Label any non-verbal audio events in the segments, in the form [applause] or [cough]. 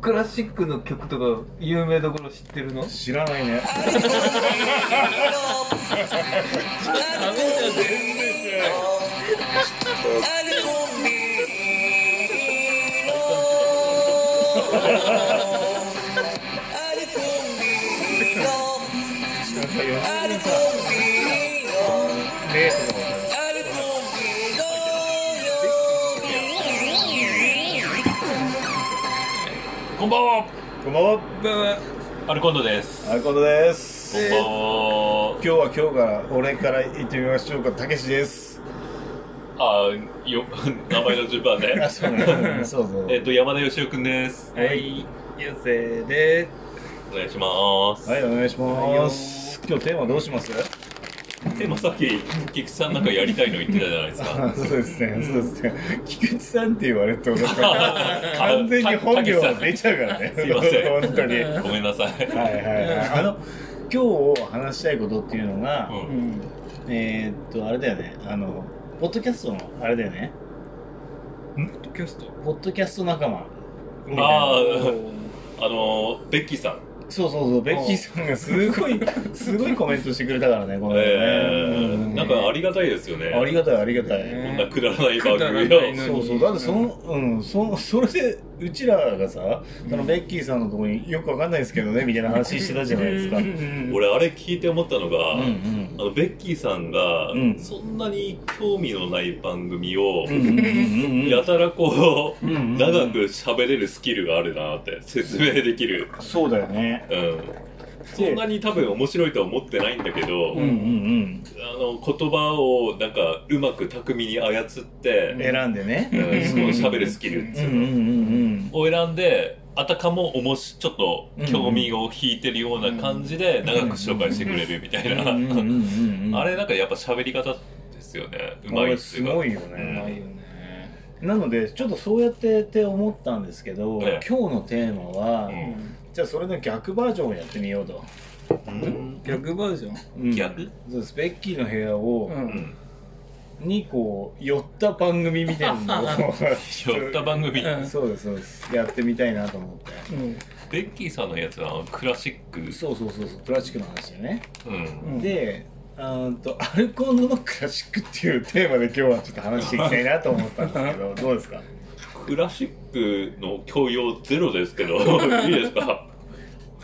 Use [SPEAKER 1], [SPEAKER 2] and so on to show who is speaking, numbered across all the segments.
[SPEAKER 1] クラシックの曲とか有名どころ知ってるの
[SPEAKER 2] 知らないね。ねとかわかんない。
[SPEAKER 3] こんばんは。
[SPEAKER 2] こんばんは。
[SPEAKER 3] アルコンドです。
[SPEAKER 2] アイコンドで
[SPEAKER 3] こ
[SPEAKER 2] す。
[SPEAKER 3] んばんは
[SPEAKER 2] 今。日は今日から俺から行ってみましょうか。たけしです。
[SPEAKER 3] あー、よ、 [laughs] 名前の順番で。
[SPEAKER 2] そうね。 [laughs] そうそう。
[SPEAKER 3] えっと、山田義雄くんです。
[SPEAKER 1] はい、ゆうせいで
[SPEAKER 3] お願いします。
[SPEAKER 2] はい、お願いします。今日テーマどうします？
[SPEAKER 3] でもさっき、菊池さんなんかやりたいの言ってたじゃないですか。、
[SPEAKER 2] あそうですね、そうですね。菊池さんって言われると、なんか [laughs] 完全に本名が出ちゃうからね。
[SPEAKER 3] すいません
[SPEAKER 2] 本当に。はい
[SPEAKER 3] ごめんなさい。
[SPEAKER 2] はいはい。あの、今日話したいことっていうのが、
[SPEAKER 3] う
[SPEAKER 1] ー
[SPEAKER 3] ん。
[SPEAKER 2] えーっと、あれだよね、あの、ポッドキャストの、あれだよね、
[SPEAKER 1] うん、ポッドキャスト
[SPEAKER 2] ポッドキャスト仲間。
[SPEAKER 3] あ
[SPEAKER 1] ー
[SPEAKER 3] あのー、ベッキーさん。
[SPEAKER 2] そうそうそう、ベッキーさんがすご
[SPEAKER 3] [laughs]
[SPEAKER 2] い、すごいコメントしてくれたからね、この間ね
[SPEAKER 3] え
[SPEAKER 2] う
[SPEAKER 3] ー、なんかありがたいですよね。
[SPEAKER 2] ありがたい、ありがたい。
[SPEAKER 3] こ
[SPEAKER 1] ね
[SPEAKER 3] んなくだらない番
[SPEAKER 1] く
[SPEAKER 3] 組
[SPEAKER 1] だらない
[SPEAKER 3] を。
[SPEAKER 1] の
[SPEAKER 2] そうそうだってそのうんそそれでうちらがさそのベッキーさんのとこによくわかんないですけどねみたいな話してたじゃないですか。うん
[SPEAKER 3] 俺、あれ聞いて思ったのが、
[SPEAKER 2] うん
[SPEAKER 3] あのベッキーさんが、
[SPEAKER 2] うん
[SPEAKER 3] そんなに興味のない番組を、
[SPEAKER 2] うんうんうん
[SPEAKER 3] やたらこう、
[SPEAKER 2] うんうん
[SPEAKER 3] 長く喋れるスキルがあるなって説明できる、
[SPEAKER 2] そうだよね。
[SPEAKER 3] うん、そんなに多分面白いとは思ってないんだけど、
[SPEAKER 2] うんうん
[SPEAKER 3] あの言葉をなんかうまく巧みに操って
[SPEAKER 2] うん、選んで
[SPEAKER 3] うん
[SPEAKER 2] ね。
[SPEAKER 3] その喋るスキルって
[SPEAKER 2] うん
[SPEAKER 3] いううんの
[SPEAKER 2] うん
[SPEAKER 3] を選んであたかもおもしちょっと興味を引いてるような感じで長く紹介してくれるみたい
[SPEAKER 2] うん。うんうん
[SPEAKER 3] な
[SPEAKER 2] うんうん
[SPEAKER 3] [laughs] あれなんかやっぱ喋り方ですよねう
[SPEAKER 2] あ
[SPEAKER 3] まい
[SPEAKER 2] れ
[SPEAKER 3] ってい
[SPEAKER 2] す
[SPEAKER 3] うか
[SPEAKER 2] ごいよ
[SPEAKER 3] う
[SPEAKER 1] ない
[SPEAKER 2] ね。
[SPEAKER 1] よね
[SPEAKER 2] なのでちょっとそうやってって思ったんですけど今
[SPEAKER 3] ええ
[SPEAKER 2] 日のテーマは
[SPEAKER 3] うん
[SPEAKER 2] じゃあそれの逆バージョンをやってみようと。
[SPEAKER 3] うん
[SPEAKER 1] 逆バージョン
[SPEAKER 2] うん
[SPEAKER 3] 逆
[SPEAKER 2] そうですベッキーの部屋を
[SPEAKER 1] う
[SPEAKER 3] うんん
[SPEAKER 2] にこう寄った番組みたいなのを [laughs]
[SPEAKER 3] 寄った番組
[SPEAKER 1] うん
[SPEAKER 2] そうですそうですやってみたいなと思って
[SPEAKER 1] うん
[SPEAKER 3] ベッキーさんのやつはあのクラシック、
[SPEAKER 2] そうそうそうそうクラシックの話でね、
[SPEAKER 3] うん、
[SPEAKER 1] うん
[SPEAKER 2] であーんとアルコールのクラシックっていうテーマで今日はちょっと話していきたいなと思ったんですけ [laughs] どどうですか
[SPEAKER 3] クラシックの教養ゼロで
[SPEAKER 2] [laughs]
[SPEAKER 3] すけどいいですか
[SPEAKER 2] あ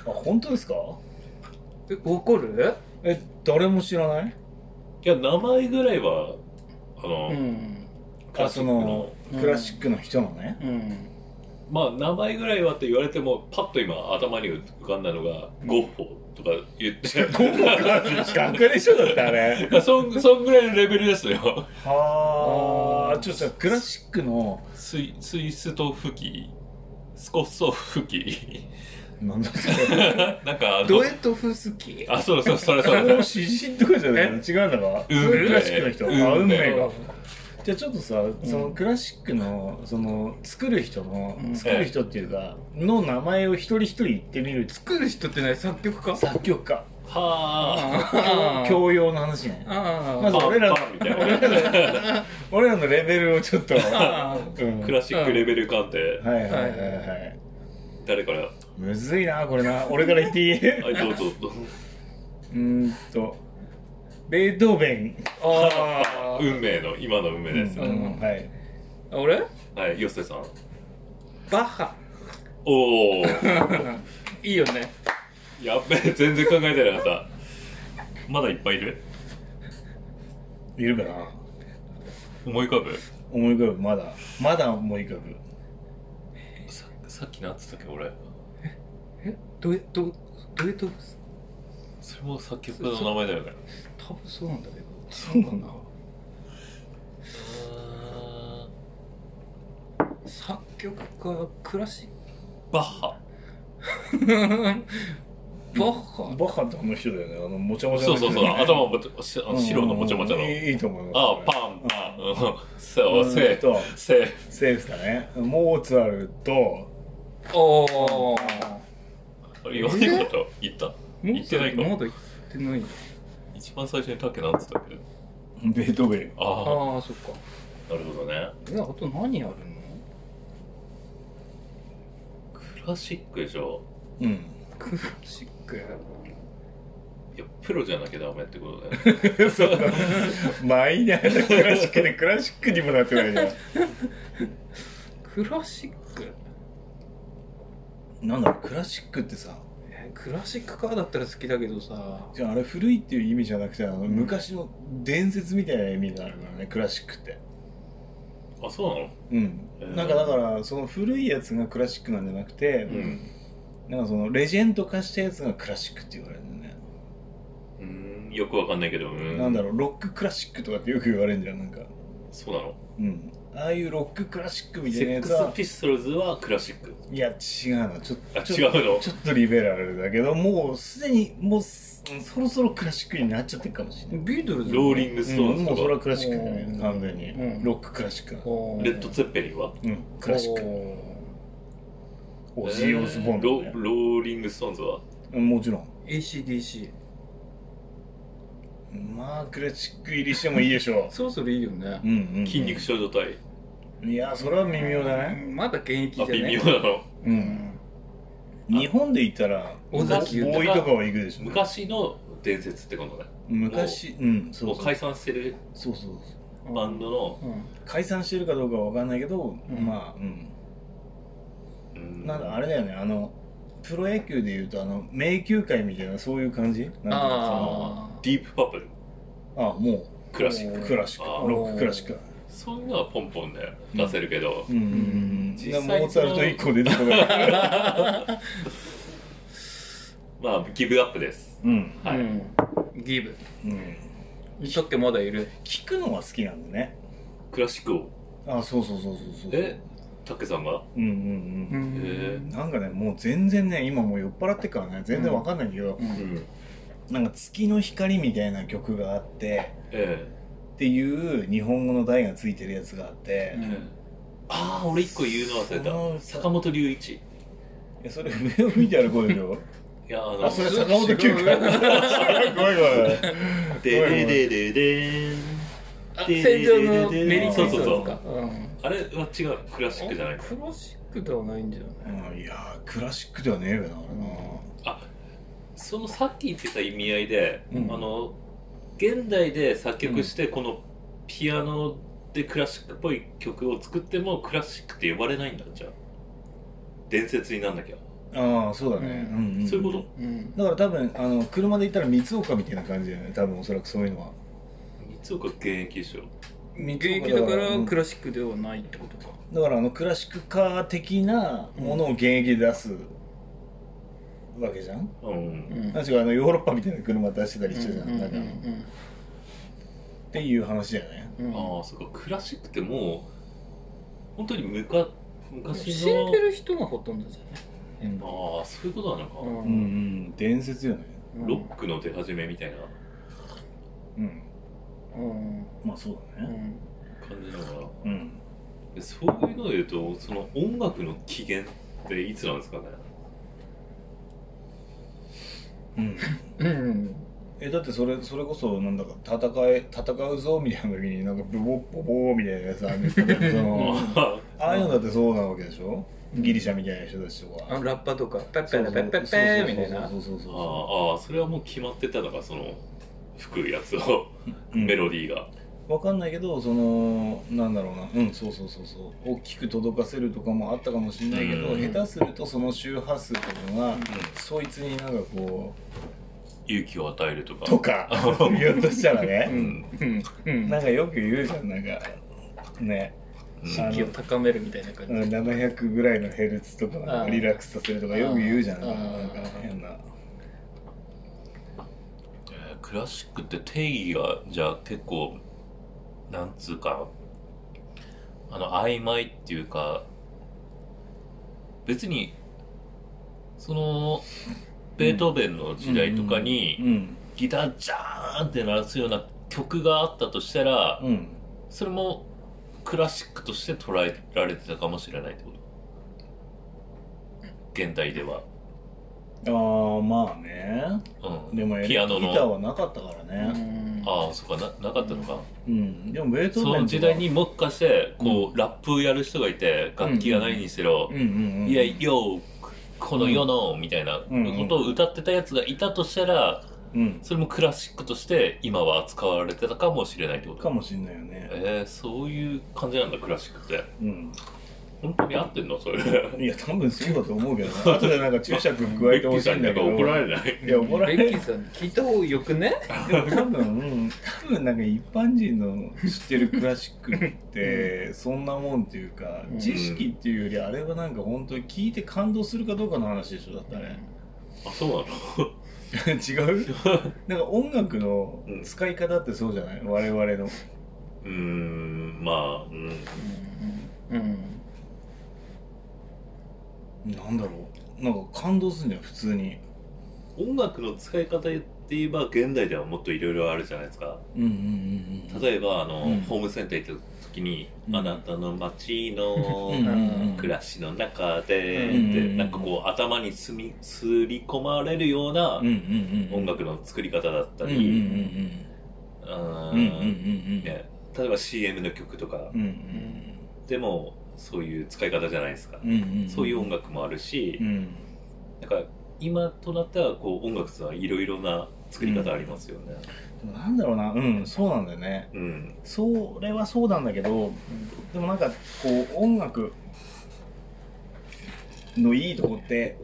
[SPEAKER 2] 本当ですか
[SPEAKER 1] え怒る
[SPEAKER 2] え誰も知らない
[SPEAKER 3] いや名前ぐらいはあの、
[SPEAKER 1] うん
[SPEAKER 3] ク
[SPEAKER 2] あ
[SPEAKER 3] ラシ
[SPEAKER 2] そ
[SPEAKER 3] ック
[SPEAKER 2] の
[SPEAKER 3] の
[SPEAKER 1] うん
[SPEAKER 2] クラシックの人のね、
[SPEAKER 1] うん
[SPEAKER 3] まあ名前ぐらいはって言われてもパッと今頭に浮かんだのが、ゴッホとか言って [laughs]
[SPEAKER 2] ゴッホか [laughs] 学でしょだってあれ
[SPEAKER 3] そんそんぐらいのレベルですよ
[SPEAKER 2] はあちょっとクラシックの
[SPEAKER 3] スイスイストフキスコッソフキ [laughs]
[SPEAKER 2] なんだっけ
[SPEAKER 3] なんかあの
[SPEAKER 1] ドエトフスキー
[SPEAKER 3] あそうそうそれそ
[SPEAKER 2] それ [laughs]
[SPEAKER 3] れ
[SPEAKER 2] も詩人とかじゃない違うんだか
[SPEAKER 3] 運命
[SPEAKER 2] それクラシックの人
[SPEAKER 3] 運命
[SPEAKER 2] あ運命
[SPEAKER 3] う
[SPEAKER 2] がじゃあちょっとさそのクラシックのその作る人の
[SPEAKER 1] うん
[SPEAKER 2] 作る人っていうかの名前を一人一人言ってみる
[SPEAKER 1] 作る人って何作曲家
[SPEAKER 2] 作曲家
[SPEAKER 3] は
[SPEAKER 1] あ
[SPEAKER 3] あ
[SPEAKER 1] ー
[SPEAKER 2] 教養の話ね
[SPEAKER 1] あ
[SPEAKER 2] まず俺らの
[SPEAKER 3] パンパンみたいな
[SPEAKER 2] 俺らの俺らのレベルをちょっとうん
[SPEAKER 1] あ
[SPEAKER 3] ク
[SPEAKER 2] は
[SPEAKER 3] ラシックレベル鑑定
[SPEAKER 2] いはいはいはい
[SPEAKER 3] 誰から
[SPEAKER 2] むずいなこれな俺から言っていいう
[SPEAKER 3] はいどうぞ
[SPEAKER 2] [laughs]
[SPEAKER 3] どうぞ
[SPEAKER 2] ーんとベートーベン
[SPEAKER 1] あ
[SPEAKER 3] 運命の今の運命です、
[SPEAKER 2] うんはい
[SPEAKER 1] あ俺
[SPEAKER 3] はいヨセさん
[SPEAKER 1] バッハ
[SPEAKER 3] お
[SPEAKER 1] い
[SPEAKER 3] お
[SPEAKER 1] いよね
[SPEAKER 3] やっべえ全然考えてなかったまだいっぱいいる
[SPEAKER 2] いるかな
[SPEAKER 3] 思い浮かぶ
[SPEAKER 2] 思い浮かぶまだまだ思い浮かぶ
[SPEAKER 3] ささっきなんつったっけ俺
[SPEAKER 1] えドエトドエトフス
[SPEAKER 3] それも作曲家の名前だよね
[SPEAKER 1] 多分そうなんだけどそうかな
[SPEAKER 3] あ
[SPEAKER 1] 作曲家クラシッ
[SPEAKER 3] ーバッハ [laughs]
[SPEAKER 1] クバッハ
[SPEAKER 2] バカってあの人だよね。あの、もちゃもちゃ
[SPEAKER 3] そ
[SPEAKER 2] の
[SPEAKER 3] う
[SPEAKER 2] 人
[SPEAKER 3] そう
[SPEAKER 2] だ
[SPEAKER 3] そう
[SPEAKER 2] よね、
[SPEAKER 3] 頭もしあの白のもちゃもちゃの
[SPEAKER 2] うんいいいいと思います。
[SPEAKER 3] ああパンパンうんそうセ
[SPEAKER 2] う
[SPEAKER 3] ー
[SPEAKER 2] んと
[SPEAKER 3] フセーフ
[SPEAKER 2] セーフだね。モーツァルト、
[SPEAKER 1] おお
[SPEAKER 3] あれ読んでこと言った言ってないか
[SPEAKER 1] まだ言ってない
[SPEAKER 3] 一番最初にタケなんつったっけ
[SPEAKER 2] ベートーベン。
[SPEAKER 3] ああ
[SPEAKER 1] ああそっか
[SPEAKER 3] なるほどね
[SPEAKER 1] えあと何やるの
[SPEAKER 3] ククラシックでしょ
[SPEAKER 2] うん。
[SPEAKER 1] クラシック
[SPEAKER 3] いやプロじゃなきゃダメってことだ
[SPEAKER 2] [laughs]
[SPEAKER 3] よね
[SPEAKER 2] そうか。マイナーなクラシックでクラシックにもなってないじゃん。
[SPEAKER 1] クラシック
[SPEAKER 2] なんだろう、クラシックってさ、
[SPEAKER 1] えクラシックカーだったら好きだけどさ
[SPEAKER 2] じゃああれ古いっていう意味じゃなくて、あの昔の伝説みたいな意味があるからね、クラシックって。
[SPEAKER 3] あそうなの
[SPEAKER 2] うん
[SPEAKER 3] え。ー
[SPEAKER 2] なんかだから、その古いやつがクラシックなんじゃなくて、
[SPEAKER 3] うん
[SPEAKER 2] なんかそのレジェンド化したやつがクラシックって言われるんだよね。
[SPEAKER 3] うーんよくわかんないけどうん
[SPEAKER 2] なんだろう、ロッククラシックとかってよく言われるんじゃん、なんか。
[SPEAKER 3] そうなの
[SPEAKER 2] うん。ああいうロッククラシックみた
[SPEAKER 3] セ
[SPEAKER 2] いな
[SPEAKER 3] ッ
[SPEAKER 2] や
[SPEAKER 3] ク
[SPEAKER 2] つ
[SPEAKER 3] ス
[SPEAKER 2] は、
[SPEAKER 3] ピストルズはクラシック
[SPEAKER 2] いや、違うな。ちょっ
[SPEAKER 3] あ
[SPEAKER 2] と、
[SPEAKER 3] 違うの
[SPEAKER 2] ちょっとリベラルだけど、もうすでに、もうすうんそろそろクラシックになっちゃってるかもしれない。
[SPEAKER 1] ビートルズ
[SPEAKER 3] ローリングストー
[SPEAKER 2] うん
[SPEAKER 3] ン
[SPEAKER 2] もう
[SPEAKER 3] ズ
[SPEAKER 2] それは
[SPEAKER 3] とか、
[SPEAKER 2] クラシックだ
[SPEAKER 1] う
[SPEAKER 2] ね、
[SPEAKER 1] ん
[SPEAKER 2] 完全に。
[SPEAKER 1] うん
[SPEAKER 2] ロッククラシックだ。
[SPEAKER 1] おー
[SPEAKER 3] レッド・ツェッペリンは
[SPEAKER 2] うん、クラシック。
[SPEAKER 1] おー
[SPEAKER 2] オジー・オズボーンとか
[SPEAKER 3] えー
[SPEAKER 2] ね
[SPEAKER 3] ロローリング・ストーンズは
[SPEAKER 2] うんもちろん。
[SPEAKER 1] ACDC
[SPEAKER 2] まあ、クラシック入りしてもいいでしょ
[SPEAKER 1] そろそろいいよね
[SPEAKER 2] う。うんうんうん。
[SPEAKER 3] 筋肉少女隊
[SPEAKER 2] いや、それは微妙だね。
[SPEAKER 1] まだ現役じ
[SPEAKER 3] あ
[SPEAKER 1] ゃ
[SPEAKER 3] 微
[SPEAKER 1] ね
[SPEAKER 3] 妙なの
[SPEAKER 2] う。
[SPEAKER 1] うんん
[SPEAKER 2] 日本で言ったら、
[SPEAKER 1] 尾崎
[SPEAKER 2] ボ
[SPEAKER 1] 豊
[SPEAKER 2] ーイとかは行くでしょ。
[SPEAKER 3] 昔の伝説ってことね
[SPEAKER 2] 昔、うん、そ
[SPEAKER 3] も
[SPEAKER 2] う
[SPEAKER 3] う
[SPEAKER 2] そう
[SPEAKER 3] 解。散してる
[SPEAKER 2] そうそうそう。
[SPEAKER 3] バンドの、
[SPEAKER 1] うん
[SPEAKER 2] 解散してるかどうかは分かんないけど、
[SPEAKER 1] うん
[SPEAKER 2] まあ、うん。
[SPEAKER 3] うん
[SPEAKER 2] なんかあれだよね、あの、プロ野球でいうと、あの、迷宮会みたいな、そういう感じなんてい
[SPEAKER 1] あ
[SPEAKER 2] うのか
[SPEAKER 3] ディープパープル
[SPEAKER 2] なああ、も
[SPEAKER 3] クラシッ
[SPEAKER 2] う、
[SPEAKER 3] ク
[SPEAKER 2] クラシッ
[SPEAKER 3] あー
[SPEAKER 2] ク、ロッククラシックだ。
[SPEAKER 3] そういうのはポンポンで出せるけど、
[SPEAKER 2] うんうんうん。
[SPEAKER 3] 実
[SPEAKER 2] な
[SPEAKER 3] 際
[SPEAKER 2] モーツァルト1個出てこない。 [laughs]
[SPEAKER 3] まあギブアップです
[SPEAKER 2] うん。
[SPEAKER 1] あ、
[SPEAKER 3] は
[SPEAKER 1] う
[SPEAKER 3] い、
[SPEAKER 1] ん、ギブ
[SPEAKER 2] うん。
[SPEAKER 1] ちょっとまだいる
[SPEAKER 2] 聞くのは好きなんだね。
[SPEAKER 3] クラシックを
[SPEAKER 2] あ、そうそうそうそうそう。
[SPEAKER 3] えタッケさんが
[SPEAKER 2] うんうんうん。
[SPEAKER 3] え
[SPEAKER 2] なんかね、もう全然ね、今もう酔っ払ってっからね、全然わかんないんだけど
[SPEAKER 1] う、ん
[SPEAKER 3] うん
[SPEAKER 2] なんか月の光みたいな曲があって、
[SPEAKER 3] え
[SPEAKER 2] っていう日本語の題がついてるやつがあって、
[SPEAKER 1] う
[SPEAKER 3] え
[SPEAKER 1] ん
[SPEAKER 3] ああ俺一個言うの忘れた
[SPEAKER 2] その
[SPEAKER 3] 坂本龍一い
[SPEAKER 2] いやそれ上を見て歩こうでし
[SPEAKER 3] [laughs]
[SPEAKER 2] ょ [laughs]
[SPEAKER 3] やあの
[SPEAKER 2] あそれ坂本九かごいご
[SPEAKER 3] でででででん
[SPEAKER 1] あ戦場のメリーク
[SPEAKER 3] そう
[SPEAKER 1] リス
[SPEAKER 3] そう
[SPEAKER 1] マス
[SPEAKER 3] そう
[SPEAKER 1] かうん
[SPEAKER 3] あれは違うクラシックじゃない
[SPEAKER 1] クラシックではないんじゃない
[SPEAKER 2] い、うん、いやークラシックではねえよなあ
[SPEAKER 3] そのさっき言ってた意味合いで、
[SPEAKER 2] うん
[SPEAKER 3] あの現代で作曲してこのピアノでクラシックっぽい曲を作ってもクラシックって呼ばれれないんだじゃあ伝説になんなきゃ、
[SPEAKER 2] れなああそうだね、
[SPEAKER 1] う
[SPEAKER 2] うんんうん
[SPEAKER 3] そういうこと
[SPEAKER 1] うん
[SPEAKER 2] だから多分あの車で行ったら三岡みたいな感じだよね多分おそらくそういうのは
[SPEAKER 3] 三岡現役でしょ
[SPEAKER 1] 現役だから
[SPEAKER 2] うん
[SPEAKER 1] クラシックではないってことか
[SPEAKER 2] だからあのクラシックカー的なものを現役で出すわけじゃん、
[SPEAKER 3] うん
[SPEAKER 1] ん
[SPEAKER 2] 確かあのヨーロッパみたいな車出してたりしてたじゃん,、
[SPEAKER 1] うん
[SPEAKER 2] なんかっていう話だよね
[SPEAKER 1] うんうん
[SPEAKER 3] ああそっかクラシックってもう本当にむか昔
[SPEAKER 1] 死
[SPEAKER 3] の
[SPEAKER 1] んでる人がほとんどじ
[SPEAKER 2] うん
[SPEAKER 3] ああそういうことなのか、
[SPEAKER 1] ゃない
[SPEAKER 2] うんうん伝説よね
[SPEAKER 3] ロックの出始めみたいな
[SPEAKER 2] うん
[SPEAKER 1] うん
[SPEAKER 2] まあそうだね
[SPEAKER 3] 感じなのかな
[SPEAKER 2] うん
[SPEAKER 3] でそういうので言うとその音楽の起源っていつなんですかね
[SPEAKER 2] うん、 [laughs]
[SPEAKER 1] うん
[SPEAKER 2] えだってそれそれこそなんだか戦え戦うぞみたいな時になんかブボッボボーみたいなやつあるんですけどその
[SPEAKER 3] [laughs] あ
[SPEAKER 2] [laughs] ああいうのだってそうなわけでしょギリシャみたいな人たちと
[SPEAKER 1] あ
[SPEAKER 2] か
[SPEAKER 1] のラッパとかペッペ
[SPEAKER 2] そう
[SPEAKER 1] ー
[SPEAKER 2] そう
[SPEAKER 1] ペッペッペーみたいな
[SPEAKER 2] そうそうそう
[SPEAKER 3] あ
[SPEAKER 2] そ
[SPEAKER 3] ああそれはもう決まってたのかその吹くやつを
[SPEAKER 2] ううん
[SPEAKER 3] メロディーが、
[SPEAKER 2] わかんないけどそのなんだろうなうんそうそうそうそう大きく届かせるとかもあったかもしれないけど、
[SPEAKER 3] うん
[SPEAKER 2] 下手するとその周波数とかが、そいつになんかこ
[SPEAKER 3] 勇気を与えるとか
[SPEAKER 2] うと
[SPEAKER 3] [laughs]
[SPEAKER 2] か言うとしたらね
[SPEAKER 3] う、ん
[SPEAKER 1] うんうん
[SPEAKER 2] なんかよく言うじゃんなんかね
[SPEAKER 3] うん
[SPEAKER 2] あの
[SPEAKER 1] 気を高めるみたいな感じ
[SPEAKER 2] うん700ぐらいのヘルツとかなん
[SPEAKER 1] あ
[SPEAKER 2] か
[SPEAKER 1] ー
[SPEAKER 2] リラックスさせるとかよく言うじゃん
[SPEAKER 1] あ
[SPEAKER 2] なん
[SPEAKER 1] ー
[SPEAKER 2] か変な
[SPEAKER 3] えークラシックって定義がじゃあ結構なんつうかあの曖昧っていうか別にそのベートーベンの時代とかに、
[SPEAKER 2] うん
[SPEAKER 3] ギタージャーンって鳴らすような曲があったとしたら、
[SPEAKER 2] うん
[SPEAKER 3] それもクラシックとして捉えられてたかもしれないってこと現代では、
[SPEAKER 2] ああまあね
[SPEAKER 3] うん、
[SPEAKER 2] でもエレキ
[SPEAKER 3] ピ
[SPEAKER 2] ギタ
[SPEAKER 3] アノの
[SPEAKER 2] ーはなかったからね
[SPEAKER 3] ああそっかななかったのか、
[SPEAKER 2] うんでもベートーベン
[SPEAKER 3] そ
[SPEAKER 2] とか
[SPEAKER 3] の時代にもっかしてこう、
[SPEAKER 2] う
[SPEAKER 3] ラップやる人がいて楽器がないにしろ
[SPEAKER 2] うんうん
[SPEAKER 3] 「
[SPEAKER 2] うん
[SPEAKER 3] いやよークこの世の、みたいなことを歌ってたやつがいたとしたら、
[SPEAKER 2] うん
[SPEAKER 3] それもクラシックとして今は扱われてたかもしれないってこと
[SPEAKER 2] かもしんないよね
[SPEAKER 3] えー、そういう感じなんだクラシックって
[SPEAKER 2] うん
[SPEAKER 3] 本当に合ってんのそれベ
[SPEAKER 2] いや多分そうだと思うけどな [laughs] 後でなんか注釈加えて
[SPEAKER 3] ッキ
[SPEAKER 2] ほ
[SPEAKER 3] ー
[SPEAKER 2] しい
[SPEAKER 3] さん
[SPEAKER 2] ん
[SPEAKER 3] に
[SPEAKER 2] だ
[SPEAKER 3] なん
[SPEAKER 2] け
[SPEAKER 3] か
[SPEAKER 2] ど
[SPEAKER 3] 怒られない
[SPEAKER 2] いや怒られ
[SPEAKER 1] ベッ
[SPEAKER 2] ない
[SPEAKER 1] キーさん聞いた方がよくね
[SPEAKER 2] 多分多分なんか一般人の知ってるクラシックってそんなもんっていうか
[SPEAKER 1] うん
[SPEAKER 2] 知識っていうよりあれはなんか本当に聞いて感動するかどうかの話でしょだってあれ
[SPEAKER 3] あそうなの
[SPEAKER 2] [laughs] 違う
[SPEAKER 3] [laughs]
[SPEAKER 2] なんか音楽の使い方ってそうじゃない我々の
[SPEAKER 3] うーんまあ、う
[SPEAKER 1] う
[SPEAKER 3] ん、
[SPEAKER 1] んうん
[SPEAKER 2] なんだろうなんか感動するんじゃん普通に
[SPEAKER 3] 音楽の使い方って言えば現代ではもっといろいろあるじゃないですか
[SPEAKER 2] うんうんうんうん
[SPEAKER 3] 例えばあの、
[SPEAKER 2] うん
[SPEAKER 3] ホームセンター行った時に、
[SPEAKER 2] うん
[SPEAKER 3] あなたの街
[SPEAKER 2] うんう
[SPEAKER 3] の
[SPEAKER 2] んうん
[SPEAKER 3] 暮らしの中で、
[SPEAKER 1] うん
[SPEAKER 3] でなんかこう頭にすみすり込まれるような
[SPEAKER 2] うんうんうん
[SPEAKER 3] 音楽の作り方だった
[SPEAKER 2] うん
[SPEAKER 3] り、
[SPEAKER 2] うんう
[SPEAKER 3] うー
[SPEAKER 2] んうんうんうんうん
[SPEAKER 3] ね、例えば CM の曲とか、
[SPEAKER 2] うん
[SPEAKER 3] でもそういう使い方じゃないですか、
[SPEAKER 2] うんうんうん
[SPEAKER 3] そういう音楽もあるし、
[SPEAKER 2] うん
[SPEAKER 3] なんか今となったらこう音楽っていうのはいろいろな作り方ありますよね。
[SPEAKER 2] でもなんだろうなうんそうなんだよね
[SPEAKER 3] うん、
[SPEAKER 2] それはそうなんだけどでもなんかこう音楽のいいとこって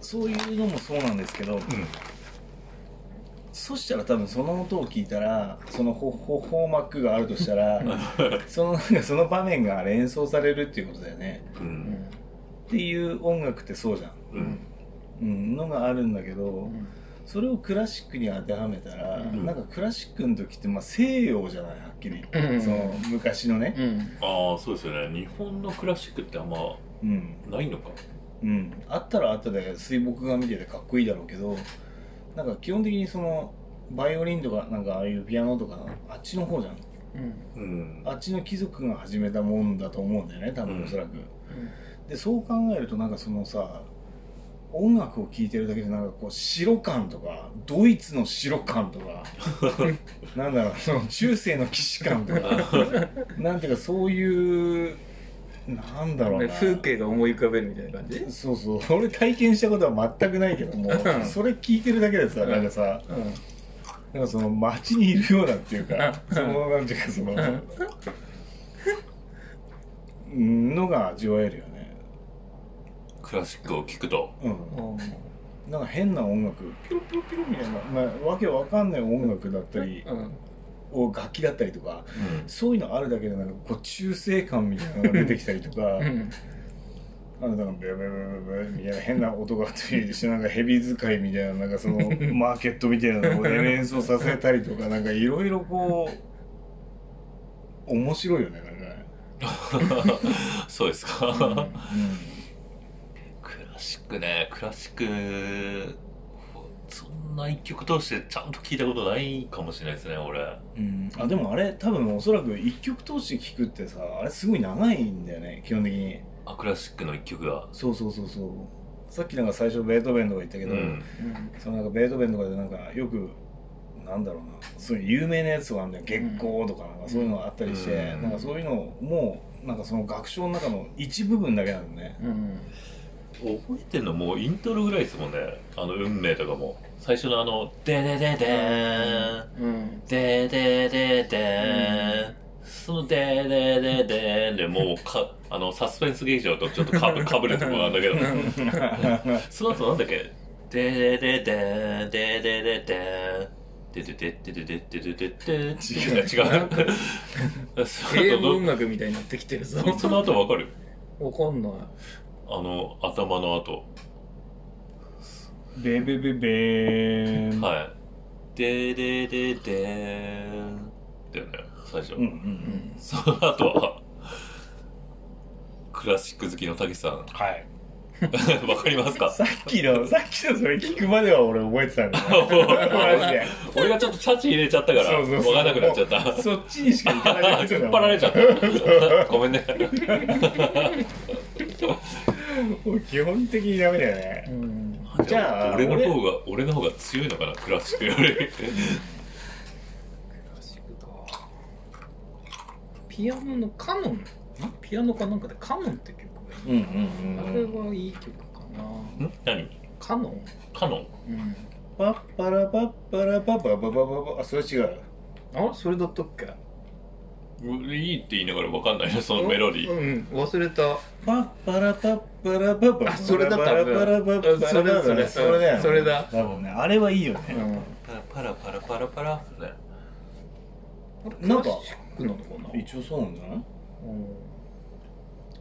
[SPEAKER 2] そういうのもそうなんですけどそしたら多分その音を聞いたらそのほほフォーマックがあるとした [laughs] らそのなんかその場面が連想されるっていうことだよね
[SPEAKER 3] う、
[SPEAKER 1] うんん
[SPEAKER 2] っていう音楽ってそうじゃん、
[SPEAKER 3] うん、
[SPEAKER 2] うん、のがあるんだけ
[SPEAKER 1] う
[SPEAKER 2] ど
[SPEAKER 1] ん
[SPEAKER 2] それをクラシックに当てはめたら、
[SPEAKER 1] うん
[SPEAKER 2] なんかクラシックの時ってまあ西洋じゃないはっきり、
[SPEAKER 1] うん
[SPEAKER 2] その昔のね、
[SPEAKER 1] うん
[SPEAKER 3] ああそうですよね日本のクラシックってあんま
[SPEAKER 2] うん、
[SPEAKER 3] ないのか
[SPEAKER 2] うん、あったらあったで水墨画見ててかっこいいだろうけどなんか基本的にそのバイオリンとかなんかああいうピアノとかあっちの方じゃん
[SPEAKER 1] うん
[SPEAKER 3] うん
[SPEAKER 2] あっちの貴族が始めたもんだと思うんだよね多
[SPEAKER 3] う
[SPEAKER 2] 分
[SPEAKER 3] ん
[SPEAKER 2] おそらく、でそう考えるとなんかそのさ音楽を聴いてるだけでなんかこう白感とかドイツの白感と [laughs] かなんだろうその中世の騎士感 [laughs] とかなんていうかそういうなんだろうな
[SPEAKER 1] 風景が思い浮かべるみたいな感じうん
[SPEAKER 2] そうそう俺体験したことは全くないけどもそれ聞いてるだけでさなんかさなんかその街にいるようなっていうかそのなんていうかそのうんのが味わえるよね
[SPEAKER 3] クラシックを聴くと
[SPEAKER 2] うんなんか変な音楽ピロピロピロみたいな、まあ、わけわかんない音楽だったり
[SPEAKER 1] うん
[SPEAKER 2] を楽器だったりとかそういうのあるだけでなんかこう中性感みたいなのが出てきたりとか
[SPEAKER 1] うん
[SPEAKER 2] あのなんかブーブーブーブーブーみたいな変な音がついてしてなんかヘビ使いみたいななんかそのマーケットみたいなのをね連想させたりとかなんかいろいろこう面白いよねなんかね、
[SPEAKER 3] [laughs] そうですか、
[SPEAKER 1] うん
[SPEAKER 3] クラシックねクラシックそんな一曲通してちゃんと聴いたことないかもしれないですね俺
[SPEAKER 2] うんあでもあれ多分おそらく一曲通して聴くってさあれすごい長いんだよね基本的に
[SPEAKER 3] あクラシックの一曲が
[SPEAKER 2] そうそうそうそうさっきなんか最初ベートーベンとか言ったけ
[SPEAKER 3] う
[SPEAKER 2] ど、
[SPEAKER 3] ん
[SPEAKER 2] そのなんかベートーベンとかでなんかよくなんだろうなそういう有名なやつとかあるんだよ月光とかなんかそういうのがあったりして、
[SPEAKER 3] うん
[SPEAKER 2] なんかそういうのをもうなんかその楽章の中の一部分だけなの
[SPEAKER 3] [laughs]
[SPEAKER 2] ね
[SPEAKER 1] うん
[SPEAKER 3] 覚えてんのもうイントロぐらいですもんねあの運命とかも最初のあの「ででででーん
[SPEAKER 1] うん
[SPEAKER 3] ででででーん」その「ででででーん」でもうかあのサスペンス劇場とちょっとかぶかぶるとこなんだけどその後なんだっけ「ででででーんででででーん」でででででででででで違う違うそ
[SPEAKER 1] 英
[SPEAKER 3] の
[SPEAKER 1] 語
[SPEAKER 3] 後
[SPEAKER 1] 音楽みたいになってきてるぞ
[SPEAKER 3] どその後わかる
[SPEAKER 1] わかんない
[SPEAKER 3] あの頭の後
[SPEAKER 2] ベベベベーン
[SPEAKER 3] はい。ででででーん。だよね、最初。
[SPEAKER 2] うんうん
[SPEAKER 3] その後は、クラシック好きのたけしさん。 [laughs] わ
[SPEAKER 2] はい
[SPEAKER 3] かりますか
[SPEAKER 2] さっきのさっきのそれ聞くまでは俺覚えてたんだ
[SPEAKER 3] [laughs]
[SPEAKER 2] よマジで
[SPEAKER 3] 俺がちょっとチャチ入れちゃったから、
[SPEAKER 2] そうそうそう
[SPEAKER 3] わかんなくなっちゃった。
[SPEAKER 2] そっちにしか行かなくなっちゃった
[SPEAKER 3] [laughs] 引っ張られちゃった。ごめんね。
[SPEAKER 2] もう [laughs] 基本的にダメだよね
[SPEAKER 1] うん
[SPEAKER 2] じゃあ
[SPEAKER 3] 俺の方が、俺の方が強いのかな、クラシックより。 [laughs]
[SPEAKER 1] ピアノのカノンんピアノかなんかでカノンって曲がいい
[SPEAKER 2] うんう
[SPEAKER 1] あ
[SPEAKER 2] ん
[SPEAKER 1] れはいい曲かな
[SPEAKER 2] な
[SPEAKER 3] うん何
[SPEAKER 2] カノン
[SPEAKER 3] カノン
[SPEAKER 1] うん
[SPEAKER 2] パッパラパッパラパッパラパパパパあそれ違う
[SPEAKER 1] あそれだったっけ
[SPEAKER 3] うんいいって言いながら分かんないなそのメロディー
[SPEAKER 1] うんうん忘れた
[SPEAKER 2] パッパラパッパラパッパ
[SPEAKER 1] あそれだ
[SPEAKER 2] パラパラパッパラパッパラ
[SPEAKER 1] それそれ
[SPEAKER 2] それだよね
[SPEAKER 1] それだ
[SPEAKER 2] 多分ねあれはいい
[SPEAKER 1] う
[SPEAKER 2] よね
[SPEAKER 1] ん
[SPEAKER 3] パラパラパラパラパラね
[SPEAKER 2] なん
[SPEAKER 1] ク
[SPEAKER 2] か
[SPEAKER 1] ラシックなのかな
[SPEAKER 2] 一応そうなんじゃない
[SPEAKER 1] うん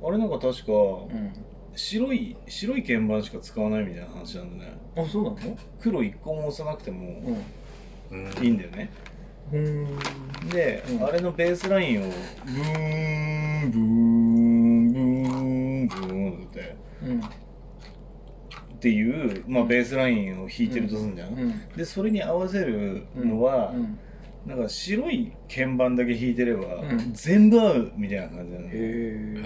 [SPEAKER 2] あれなんか確か
[SPEAKER 1] うん
[SPEAKER 2] 白い白い鍵盤しか使わないみたいな話なんだね
[SPEAKER 1] あそうなの
[SPEAKER 2] 黒一個も押さなくても
[SPEAKER 3] うん
[SPEAKER 2] いいんだよね
[SPEAKER 1] うんうん
[SPEAKER 2] で、
[SPEAKER 1] うん
[SPEAKER 2] あれのベースラインをブーンブーンブーンブーンって
[SPEAKER 1] うん
[SPEAKER 2] っていう、まあ、ベースラインを弾いてるとするんじゃん、
[SPEAKER 1] うん
[SPEAKER 2] でそれに合わせるのは、
[SPEAKER 1] うん
[SPEAKER 2] なんか白い鍵盤だけ弾いてれば、
[SPEAKER 1] うん
[SPEAKER 2] 全部合うみたいな感じなの、
[SPEAKER 1] へ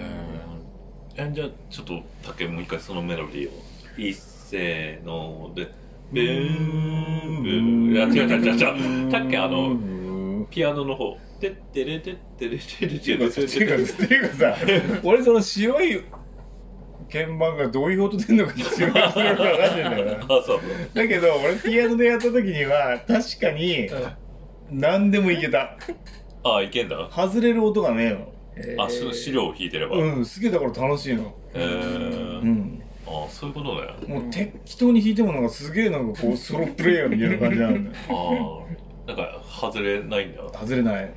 [SPEAKER 3] うんえじゃあちょっと竹もう一回そのメロディーをいっせーのでブーンブーンいや違う違う違う違う竹あのピアノの方てってれてってれてれ
[SPEAKER 2] て
[SPEAKER 3] て
[SPEAKER 2] いう
[SPEAKER 3] れ
[SPEAKER 2] か
[SPEAKER 3] てれ
[SPEAKER 2] ていうか
[SPEAKER 3] て
[SPEAKER 2] ていうかさ俺その白い鍵盤がどういう音出んのか違うそれ分かんないんだよな
[SPEAKER 3] あそう
[SPEAKER 2] だけど俺ピアノでやった時には確かに何でもいけた
[SPEAKER 3] あいけんだ
[SPEAKER 2] 外れる音がねえの
[SPEAKER 3] あし資料を弾いてればへ
[SPEAKER 2] うんすげえだから楽しいのう
[SPEAKER 3] え
[SPEAKER 2] ん
[SPEAKER 3] あそういうことね
[SPEAKER 2] もう適当に弾いてもなんかすげえなんかこうソロプレイヤーみたいな感じなんだよ
[SPEAKER 3] ああなんか外れないんだ
[SPEAKER 2] 外れない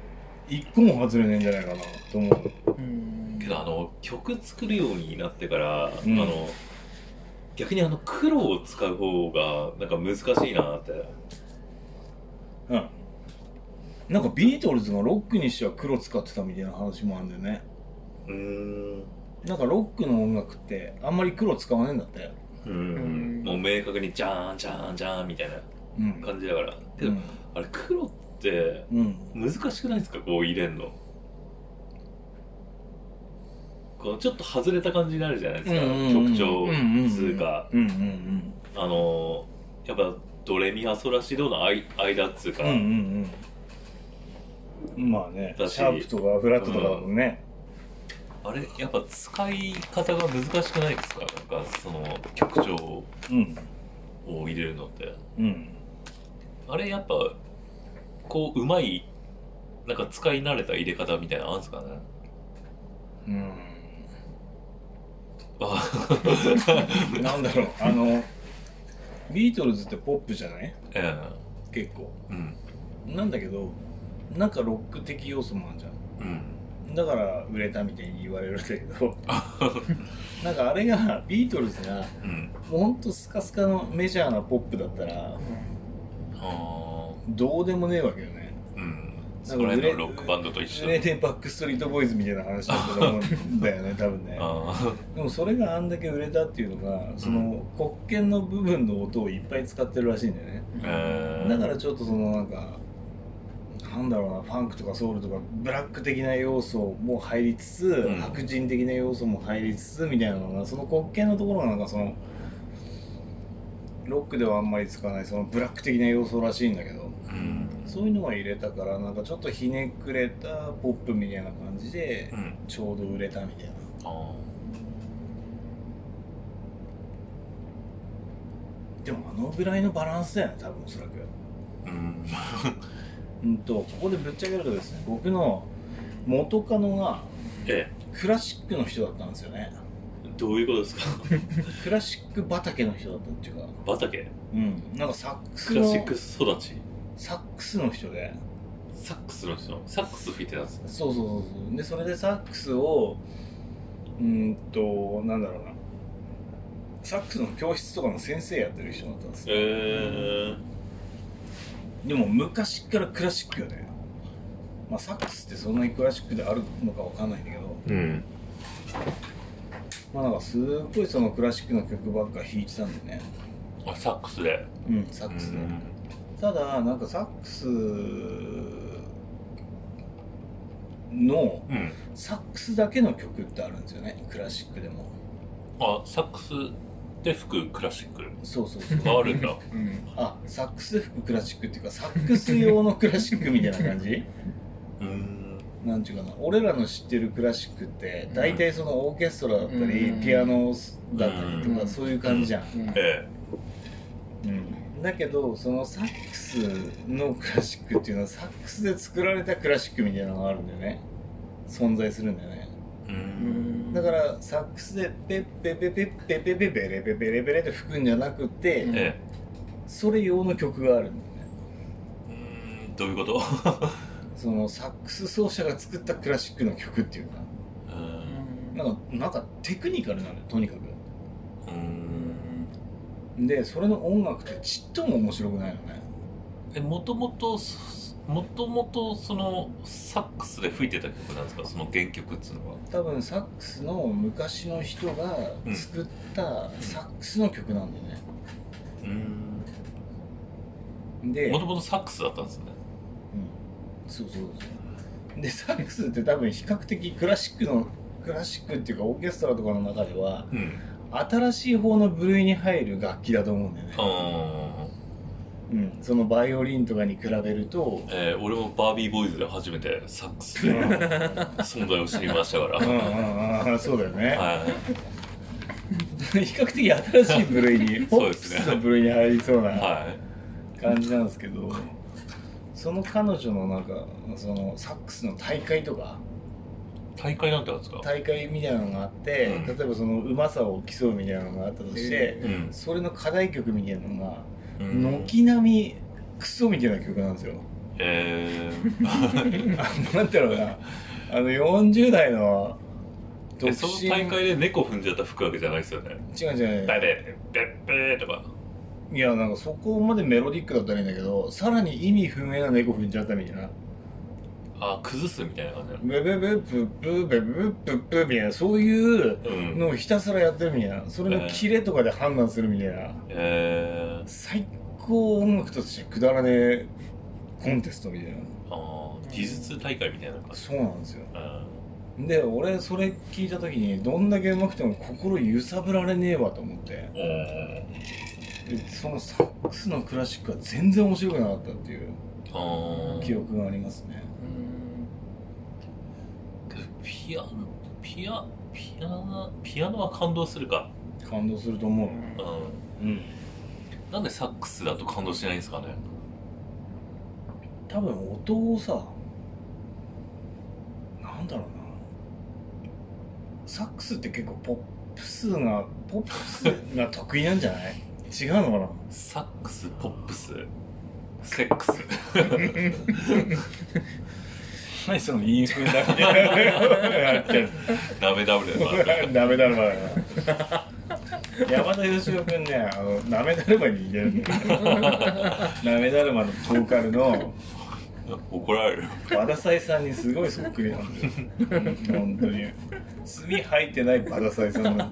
[SPEAKER 2] 一個も外れねえんじゃないかなと思う
[SPEAKER 1] うん
[SPEAKER 3] けどあの曲作るようになってから、
[SPEAKER 2] うん
[SPEAKER 3] あの逆にあの黒を使う方がなんか難しいなって
[SPEAKER 2] うんなんかビートルズのロックにしては黒使ってたみたいな話もあるんだよね
[SPEAKER 3] うーん
[SPEAKER 2] なんかロックの音楽ってあんまり黒使わねえんだって
[SPEAKER 3] う
[SPEAKER 1] うん
[SPEAKER 3] んもう明確にジャーンジャーンジャーンみたいな
[SPEAKER 2] うん
[SPEAKER 3] 感じだからけ
[SPEAKER 2] う
[SPEAKER 3] ど、
[SPEAKER 2] ん、
[SPEAKER 3] あれ黒って
[SPEAKER 2] うん、
[SPEAKER 3] 難しくないですかこう入れんのこのちょっと外れた感じになるじゃないですか、曲調通過、
[SPEAKER 2] うんうん
[SPEAKER 3] あのやっぱドレミファソラシドの間間っつうか、
[SPEAKER 2] うんうんうんうんまあねシ
[SPEAKER 3] だし
[SPEAKER 2] ャープとかフラットとかだもんね、
[SPEAKER 3] あれやっぱ使い方が難しくないですかなんかその曲調
[SPEAKER 2] うん
[SPEAKER 3] を入れるのって
[SPEAKER 2] うん
[SPEAKER 3] あれやっぱこううまいなんか使い慣れた入れ方みたいなのあるんですかね [laughs]
[SPEAKER 2] うん
[SPEAKER 3] あ
[SPEAKER 2] なんだろうあのビートルズってポップじゃない
[SPEAKER 3] え
[SPEAKER 2] 結構
[SPEAKER 3] えうん
[SPEAKER 2] なんだけどなんかロック的要素もあるじゃ
[SPEAKER 3] うん
[SPEAKER 2] んだから売れたみたいに言われるんだけ
[SPEAKER 3] [laughs]
[SPEAKER 2] どなんかあれがビートルズが
[SPEAKER 3] うん
[SPEAKER 2] もうほんとスカスカのメジャーなポップだったら
[SPEAKER 3] あ
[SPEAKER 2] どうでもねえわけよね
[SPEAKER 3] ーうんそこら辺のロックバンドと一緒
[SPEAKER 2] それでバックストリートボーイズみたいな話だったと思うんだ
[SPEAKER 3] [laughs]
[SPEAKER 2] よね多分ね
[SPEAKER 3] あ
[SPEAKER 2] [laughs]
[SPEAKER 3] ー
[SPEAKER 2] でもそれがあんだけ売れたっていうのがその黒鍵の部分の音をいっぱい使ってるらしいんだよね
[SPEAKER 3] ええ
[SPEAKER 2] だからちょっとそのなんかなんだろうなファンクとかソウルとかブラック的な要素も入りつつ、
[SPEAKER 3] ん
[SPEAKER 2] 白人的な要素も入りつつみたいなのがその滑稽のところがなんかそのロックではあんまり使わないそのブラック的な要素らしいんだけど
[SPEAKER 3] うん
[SPEAKER 2] そういうのが入れたからなんかちょっとひねくれたポップみたいな感じで
[SPEAKER 3] うん
[SPEAKER 2] ちょうど売れたみたいな
[SPEAKER 3] あ
[SPEAKER 2] でもあのぐらいのバランスだよね多分おそらく。
[SPEAKER 3] ーうん
[SPEAKER 2] うんとここでぶっちゃけるとですね僕の元カノが
[SPEAKER 3] え
[SPEAKER 2] クラシックの人だったんですよね
[SPEAKER 3] えどういうことですか [laughs]
[SPEAKER 2] クラシック畑の人だったっていうか
[SPEAKER 3] 畑
[SPEAKER 2] うんなんかサックス
[SPEAKER 3] ク
[SPEAKER 2] の
[SPEAKER 3] ラシック育ち
[SPEAKER 2] サックスの人で
[SPEAKER 3] サックスの人サックス吹いてたんですね
[SPEAKER 2] そうそうそうそうでそれでサックスをうーんとなんだろうなサックスの教室とかの先生やってる人だったんですよ
[SPEAKER 3] え
[SPEAKER 2] でも昔っからクラシックよねまあサックスってそんなにクラシックであるのかわかんないんだけど
[SPEAKER 3] ー、うん
[SPEAKER 2] まあなんかすっごいそのクラシックの曲ばっか弾いてたんでね
[SPEAKER 3] あサックスで
[SPEAKER 2] うんサ
[SPEAKER 3] サ
[SPEAKER 2] ックスで、ただなんかサックスの
[SPEAKER 3] うん
[SPEAKER 2] サックスだけの曲ってあるんですよねクラシックでも
[SPEAKER 3] あサックスで吹くクラシック
[SPEAKER 2] そうそうそう
[SPEAKER 3] があるんだ
[SPEAKER 1] うん
[SPEAKER 2] [laughs] あサッ [laughs] クスで吹くクラシックっていうかサックス用のクラシックみたいな感じ
[SPEAKER 3] うーん
[SPEAKER 2] なんていうかな俺らの知ってるクラシックって大体そのオーケストラだったり、
[SPEAKER 1] うん
[SPEAKER 2] ピアノだったりとか、
[SPEAKER 1] うん
[SPEAKER 2] そういう感じじゃん、
[SPEAKER 1] うん
[SPEAKER 3] え
[SPEAKER 2] うんだけどそのサックスのクラシックっていうのはサックスで作られたクラシックみたいなのがあるんだよね存在するんだよね
[SPEAKER 3] えう
[SPEAKER 1] うんん
[SPEAKER 2] だからサックスでペッペペペペペペペペレペペレペレって吹くんじゃなくて、
[SPEAKER 1] うん
[SPEAKER 3] え
[SPEAKER 2] それ用の曲があるんだよね
[SPEAKER 3] えうんどういうこと
[SPEAKER 2] そのサックス奏者が作ったクラシックの曲っていうか
[SPEAKER 3] うん
[SPEAKER 2] なんかなんかテクニカルなんだよとにかく
[SPEAKER 3] うん
[SPEAKER 2] でそれの音楽ってちっとも面白くないのね
[SPEAKER 3] えもともともともとそのサックスで吹いてた曲なんですかその原曲っつうのは
[SPEAKER 2] 多分サックスの昔の人が作ったサックスの曲なんだよね、
[SPEAKER 3] うん
[SPEAKER 2] で、
[SPEAKER 3] もともとサックスだったんですね
[SPEAKER 2] うんそうそうそうでサックスって多分比較的クラシックのクラシックっていうかオーケストラとかの中では
[SPEAKER 3] うん
[SPEAKER 2] 新しい方の部類に入る楽器だと思うんだよね、
[SPEAKER 3] あ
[SPEAKER 2] うん、そのバイオリンとかに比べると
[SPEAKER 3] ー、えー俺もバービーボーイズで初めてサックス
[SPEAKER 2] うんう
[SPEAKER 3] の
[SPEAKER 2] ん
[SPEAKER 3] 存在を知りましたからは
[SPEAKER 2] うん [laughs] うんそうだよね、
[SPEAKER 3] い
[SPEAKER 2] 比較的新しい部類に
[SPEAKER 3] [laughs] そ
[SPEAKER 2] ポッ
[SPEAKER 3] うで
[SPEAKER 2] プ
[SPEAKER 3] すね
[SPEAKER 2] スの部類に入りそうな
[SPEAKER 3] は
[SPEAKER 2] 感じなんですけどその彼女のなんかそのサックスの大会とか
[SPEAKER 3] い大会なんてあるんですか
[SPEAKER 2] 大会みたいなのがあって、
[SPEAKER 3] うん
[SPEAKER 2] 例えばそのうまさを競うみたいなのがあったとして、
[SPEAKER 1] え
[SPEAKER 3] うん
[SPEAKER 2] それの課題曲みたいなのが
[SPEAKER 3] うん
[SPEAKER 2] 軒並みクソみたいな曲なんですよ。
[SPEAKER 3] え
[SPEAKER 2] あの [laughs] なんていうのかなあの40代の
[SPEAKER 3] ー、えその大会で猫踏んじゃったら吹くわけじゃないですよね
[SPEAKER 2] 違う違う違う
[SPEAKER 3] ベベベベベーとか
[SPEAKER 2] いやなんかそこまでメロディックだったらいいんだけどさらに意味不明な猫踏んじゃったみたいな
[SPEAKER 3] あー崩すみたいな感じなの
[SPEAKER 2] ブブブブブブブブブブみたいなそういう
[SPEAKER 3] うん
[SPEAKER 2] のをひたすらやってるみたいなそれのキレとかで判断するみたいな
[SPEAKER 3] えー、
[SPEAKER 2] 最高音楽としてくだらねえコンテストみたいな
[SPEAKER 3] あー技術大会みたいな感じ、
[SPEAKER 2] そうなんですよ
[SPEAKER 3] うん
[SPEAKER 2] で俺それ聞いた時にどんだけ上手くても心揺さぶられねえわと思って
[SPEAKER 3] うん
[SPEAKER 2] でそのサックスのクラシックは全然面白くなかったっていう
[SPEAKER 3] あー
[SPEAKER 2] 記憶がありますね
[SPEAKER 3] ピアノピアピアノピアノは感動するか、
[SPEAKER 2] 感動すると思う
[SPEAKER 3] うん、
[SPEAKER 2] うん
[SPEAKER 3] なんでサックスだと感動しないんですかね
[SPEAKER 2] 多分音をさなんだろうなサックスって結構ポップスがポップスが得意なんじゃない違うのかな
[SPEAKER 3] サックスポップスセックス [laughs]
[SPEAKER 2] 何そのインフルだけやっちゃ
[SPEAKER 3] ダメダメだな
[SPEAKER 2] うダメだろまだ山田芳生君ねあの「なめだるま」に似てるんだよなめだるまのボーカルの
[SPEAKER 3] [laughs] 怒られる
[SPEAKER 2] バダサイさんにすごいそっくりなんだよ本当に墨入ってないバダサイさんなの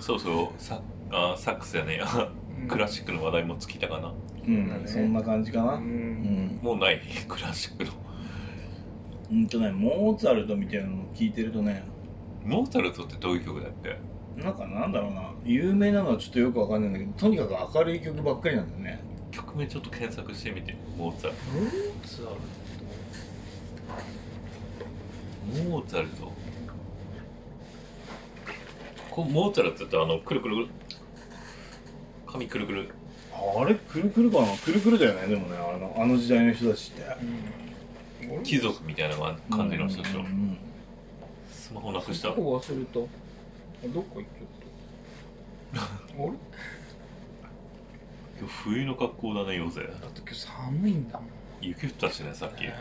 [SPEAKER 3] そうそうサあーサックスやねえクラシックの話題も尽きたかな
[SPEAKER 2] うん、そんな感じかな。
[SPEAKER 1] う
[SPEAKER 2] うんん。
[SPEAKER 3] もうないクラシックの
[SPEAKER 2] うんとね、モーツァルトみたいなのを聞いてるとね、
[SPEAKER 3] モーツァルトってどういう曲だっけ
[SPEAKER 2] なんかなんだろうな、有名なのはちょっとよくわかんないんだけど、とにかく明るい曲ばっかりなんだよね。
[SPEAKER 3] 曲名ちょっと検索してみてモーツァル
[SPEAKER 1] モーツァル
[SPEAKER 3] トモーツァルトこうモーツァルトってあのくるくるくる髪くるくる
[SPEAKER 2] あれ、くるくるかなくるくるだよね、でもね、あのあの時代の人たちって。
[SPEAKER 1] ト
[SPEAKER 3] 貴族みたいな感じの人でしょ、
[SPEAKER 2] うん
[SPEAKER 3] スマホなくした
[SPEAKER 1] どこ忘れたあどこ行っちゃった
[SPEAKER 3] [laughs]
[SPEAKER 1] あれ
[SPEAKER 3] 今日冬の格好だねよぜ
[SPEAKER 1] だって今日寒いんだもん
[SPEAKER 3] 雪降ったしねさっき
[SPEAKER 1] ね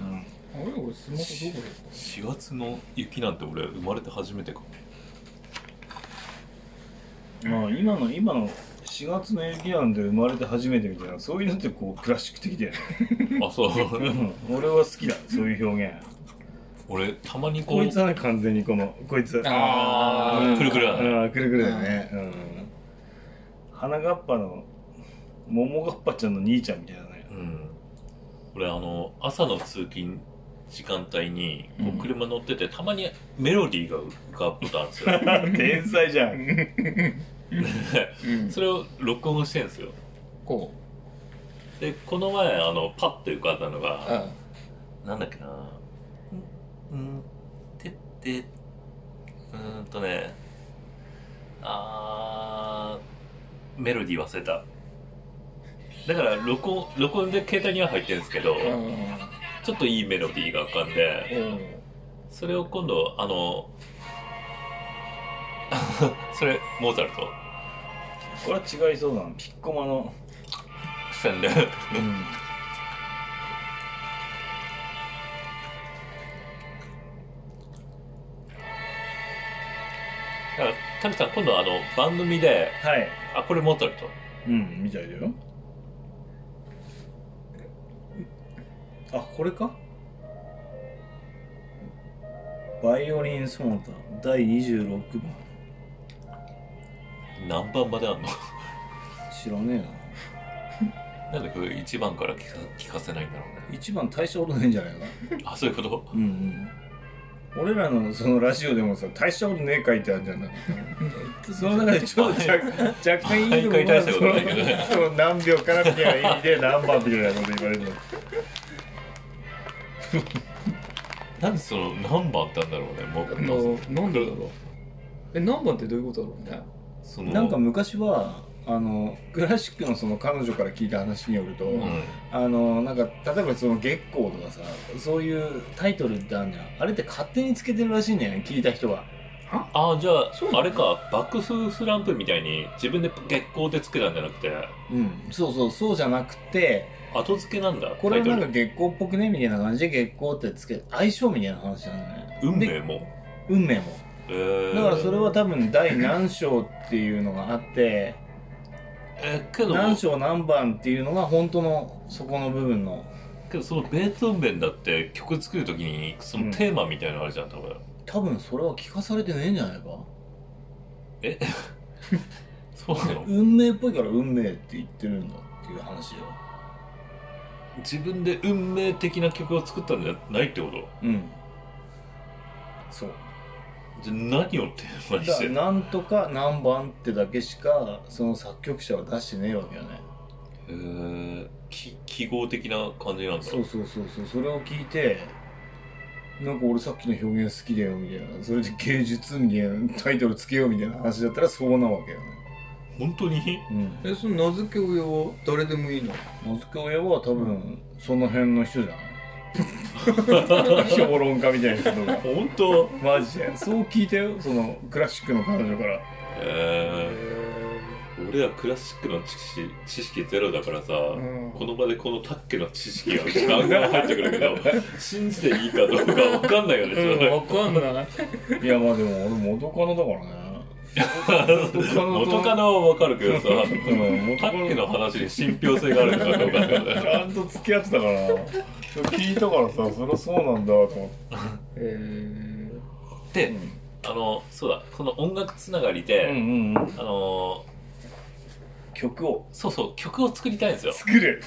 [SPEAKER 2] うん
[SPEAKER 1] あれ俺スマホどこ
[SPEAKER 3] 4月の雪なんて俺生まれて初めてかも
[SPEAKER 2] まあ、今の、今の4月の雪なんで生まれて初めてみたいな、そういうのってこう、クラシック的だよね。
[SPEAKER 3] あそう [laughs]
[SPEAKER 2] うん俺は好きだ、そういう表現。
[SPEAKER 3] 俺たまにこう
[SPEAKER 2] こいつはね、完全にこの、こいつ。
[SPEAKER 1] あ
[SPEAKER 3] ーくるくるだね
[SPEAKER 2] うんくるくるだね。うん。花がっぱの、桃がっぱちゃんの兄ちゃんみたいな [laughs] ね。
[SPEAKER 3] うん俺あの朝の通勤時間帯にこ
[SPEAKER 1] う
[SPEAKER 3] うん車乗ってて、たまにメロディーが浮かぶことあるんですよ
[SPEAKER 2] 天才じゃん。
[SPEAKER 1] だったうん
[SPEAKER 3] それを録音してるんですよ
[SPEAKER 1] こ
[SPEAKER 3] でこの前あのパッと浮かんだのが
[SPEAKER 1] あ
[SPEAKER 3] なんだっけなうんてってうーんとねあーメロディー忘れただから録音録音で携帯には入ってるんですけど、
[SPEAKER 1] うんうん
[SPEAKER 3] ちょっといいメロディーが浮かんでそれを今度あの [laughs] それモーツァルト
[SPEAKER 2] これは違いそうだなピッコマの、
[SPEAKER 3] 戦で
[SPEAKER 2] うん、
[SPEAKER 3] だからタミさん今度あの番組で
[SPEAKER 2] はい
[SPEAKER 3] あこれモーツァルト
[SPEAKER 2] うんみたいだよあこれかバイオリンソナタ第26番
[SPEAKER 3] 何番まであんの [laughs]
[SPEAKER 2] 知らね
[SPEAKER 3] なんでこれ1番から聞か聞かせないんだろ
[SPEAKER 2] えな1番大したことないんじゃないかな
[SPEAKER 3] う
[SPEAKER 2] [laughs]
[SPEAKER 3] ねあそういうこと
[SPEAKER 2] うんうん俺らのそのラジオでもさ大したことねえ書いてあるじゃんなんかその中でちょっ [laughs] と若干若干いいの
[SPEAKER 3] 毎回大したことないけどね
[SPEAKER 2] そう何秒からみたいな意味で何番みたいなこと言われるの
[SPEAKER 3] なんでその何番ってあんだろうねも
[SPEAKER 1] あ
[SPEAKER 3] う
[SPEAKER 1] のなんでだろうえ何番ってどういうことだろうね
[SPEAKER 3] その
[SPEAKER 2] なんか昔はあのクラシックのその彼女から聞いた話によると、
[SPEAKER 3] うん
[SPEAKER 2] あのなんか例えばその月光とかさそういうタイトルってあるじゃんあれって勝手につけてるらしいんだよね聞いた人が
[SPEAKER 3] あじゃああれか爆風スランプみたいに自分で月光でつけたんじゃなくて
[SPEAKER 2] うんそうそうそうじゃなくて
[SPEAKER 3] 後付けなんだ
[SPEAKER 2] これは
[SPEAKER 3] タイ
[SPEAKER 2] なん
[SPEAKER 3] ト
[SPEAKER 2] か
[SPEAKER 3] ル
[SPEAKER 2] 月光っぽくねみたいな感じで月光ってつける相性みたいな話なんだね
[SPEAKER 3] 運
[SPEAKER 2] で
[SPEAKER 3] 命も
[SPEAKER 2] 運命も
[SPEAKER 3] えー
[SPEAKER 2] だからそれは多分第何章っていうのがあって
[SPEAKER 3] えーけど
[SPEAKER 2] 何章何番っていうのが本当のそこの部分の
[SPEAKER 3] けどそのベートーベンだって曲作る時にそのテーマみたいなのあるじゃん多分
[SPEAKER 2] 多分それは聞かされてねえんじゃないか
[SPEAKER 3] そうな
[SPEAKER 2] [laughs]
[SPEAKER 3] の
[SPEAKER 2] 運命っぽいから運命って言ってるんだっていう話よ
[SPEAKER 3] 自分で運命的な曲を作ったんじゃないってこと
[SPEAKER 2] うんそう
[SPEAKER 3] じゃあ何をテーマに
[SPEAKER 2] だ
[SPEAKER 3] し
[SPEAKER 2] か
[SPEAKER 3] て
[SPEAKER 2] ら
[SPEAKER 3] んの
[SPEAKER 2] なんとか何番ってだけしかその作曲者は出してねえわけよね
[SPEAKER 3] えー、き記号的な感じなんだ
[SPEAKER 2] そうそうそうそうそれを聞いてなんか俺さっきの表現好きだよみたいなそれで芸術みたいなタイトルつけようみたいな話だったらそうなわけよね
[SPEAKER 3] 本当に
[SPEAKER 2] うん
[SPEAKER 1] えその名付け親は誰でもいいの
[SPEAKER 2] 名付け親は多分その辺の人じゃない評論家みたいな人が
[SPEAKER 3] 本当
[SPEAKER 2] マジでそう聞いたよそのクラシックの彼女から
[SPEAKER 3] え
[SPEAKER 1] え
[SPEAKER 3] ー、俺はクラシックの知識知識ゼロだからさ、
[SPEAKER 1] ん
[SPEAKER 3] この場でこのタッケの知識がガンガン入ってくる
[SPEAKER 2] [laughs]
[SPEAKER 3] けど信じていいかどうかわかんないよね、それ
[SPEAKER 1] わかんない
[SPEAKER 2] いやまあでも俺元カノだからね
[SPEAKER 3] 元カノはわかるけどさ
[SPEAKER 2] うん元
[SPEAKER 3] タ
[SPEAKER 2] カノ
[SPEAKER 3] ッケの話に信憑性があるのかどうかだよね
[SPEAKER 2] ちゃんと付き合ってたからそれ聞いたからさそりゃそうなんだと思って、
[SPEAKER 1] え
[SPEAKER 3] であのそうだこの音楽つながりで、
[SPEAKER 2] んうん、
[SPEAKER 3] あの
[SPEAKER 2] 曲を
[SPEAKER 3] そうそう曲を作りたいんですよ
[SPEAKER 2] 作る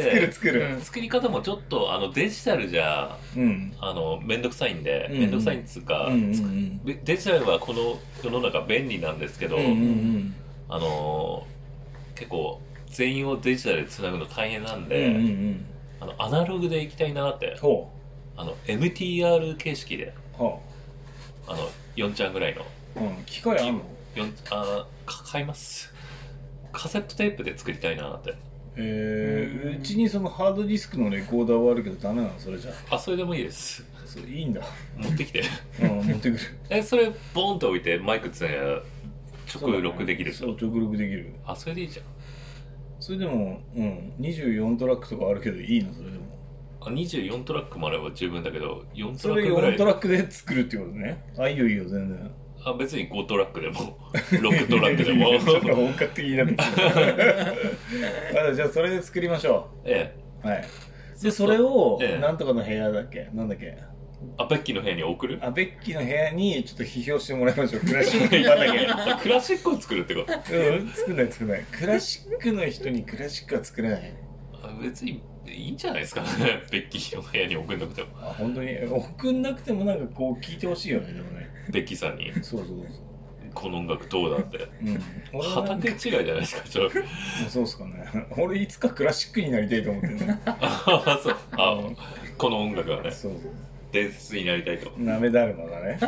[SPEAKER 2] 作る作
[SPEAKER 1] う
[SPEAKER 2] る
[SPEAKER 1] ん
[SPEAKER 3] 作り方もちょっとあのデジタルじゃ
[SPEAKER 2] うん
[SPEAKER 3] あの面倒くさいんで
[SPEAKER 2] うん
[SPEAKER 3] 面倒くさいっつうか、
[SPEAKER 2] うんうん
[SPEAKER 3] でデジタルはこの世の中便利なんですけど、
[SPEAKER 2] うんうん
[SPEAKER 3] あのー結構全員をデジタルでつなぐの大変なん
[SPEAKER 2] うんう
[SPEAKER 3] で、
[SPEAKER 2] んうん
[SPEAKER 3] あのアナログでいきたいなって
[SPEAKER 2] ほ
[SPEAKER 3] あの MTR 形式で
[SPEAKER 2] うは
[SPEAKER 3] あの4ちゃんぐらいの
[SPEAKER 2] あ、うん、機械あんの
[SPEAKER 3] 四あーか買いますカセットテープで作りたいなって
[SPEAKER 2] えー、うちにそのハードディスクのレコーダーはあるけどダメなのそれじゃ
[SPEAKER 3] あそれでもいいです
[SPEAKER 2] それいいんだ
[SPEAKER 3] 持ってきて [laughs]
[SPEAKER 2] うん持ってくる
[SPEAKER 3] えそれボーンと置いてマイクつなげたら直録できるでし
[SPEAKER 2] そ
[SPEAKER 3] ょ
[SPEAKER 2] う直録できる
[SPEAKER 3] あそれでいいじゃん
[SPEAKER 2] それでもうん24トラックとかあるけどいいのそれでも
[SPEAKER 3] あ24トラックもあれば十分だけど4ト
[SPEAKER 2] そ
[SPEAKER 3] ラッ
[SPEAKER 2] れ
[SPEAKER 3] クぐら
[SPEAKER 2] 4
[SPEAKER 3] い
[SPEAKER 2] トラックで作るってことねあいいよいいよ全然
[SPEAKER 3] あ別に5トラックでも [laughs] 6トラックでも
[SPEAKER 2] [laughs] ちょっと本格的になってきた [laughs] あじゃあそれで作りましょ
[SPEAKER 3] え
[SPEAKER 2] うはい
[SPEAKER 3] え
[SPEAKER 2] でそれを
[SPEAKER 3] ええ
[SPEAKER 2] なんとかの部屋だっけなんだっけ
[SPEAKER 3] あベッキーの部屋に送る
[SPEAKER 2] あベッキーの部屋にちょっと批評してもらい [laughs] ましょうクラシック畑
[SPEAKER 3] あクラシックを作るってこと
[SPEAKER 2] うん作んない作んないクラシックの人にクラシックは作れない
[SPEAKER 3] あ別にいいんじゃないですかねベッキーの部屋に送んなくても
[SPEAKER 2] あ本当に送んなくてもなんかこう聞いてほしいよねでもね
[SPEAKER 3] ベッキーさんに
[SPEAKER 2] そうそうそう
[SPEAKER 3] この音楽どうだ
[SPEAKER 2] [laughs]
[SPEAKER 3] って
[SPEAKER 2] うん、俺はなんか
[SPEAKER 3] 畑違いじゃないですか
[SPEAKER 2] [laughs]
[SPEAKER 3] ちょっと
[SPEAKER 2] そうっすかね俺いつかクラシックになりたいと思ってるね
[SPEAKER 3] あそうあこの音楽はね
[SPEAKER 2] そう
[SPEAKER 3] 伝説になりたいと
[SPEAKER 2] なめだるまだね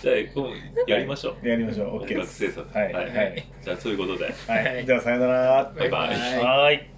[SPEAKER 3] じゃあこうやりましょう
[SPEAKER 2] やりましょう OK
[SPEAKER 3] 音楽
[SPEAKER 2] です
[SPEAKER 3] 制作
[SPEAKER 2] はいはい
[SPEAKER 3] じゃあそういうことで
[SPEAKER 2] はい、じゃあさよなら
[SPEAKER 3] バイバイ
[SPEAKER 2] はい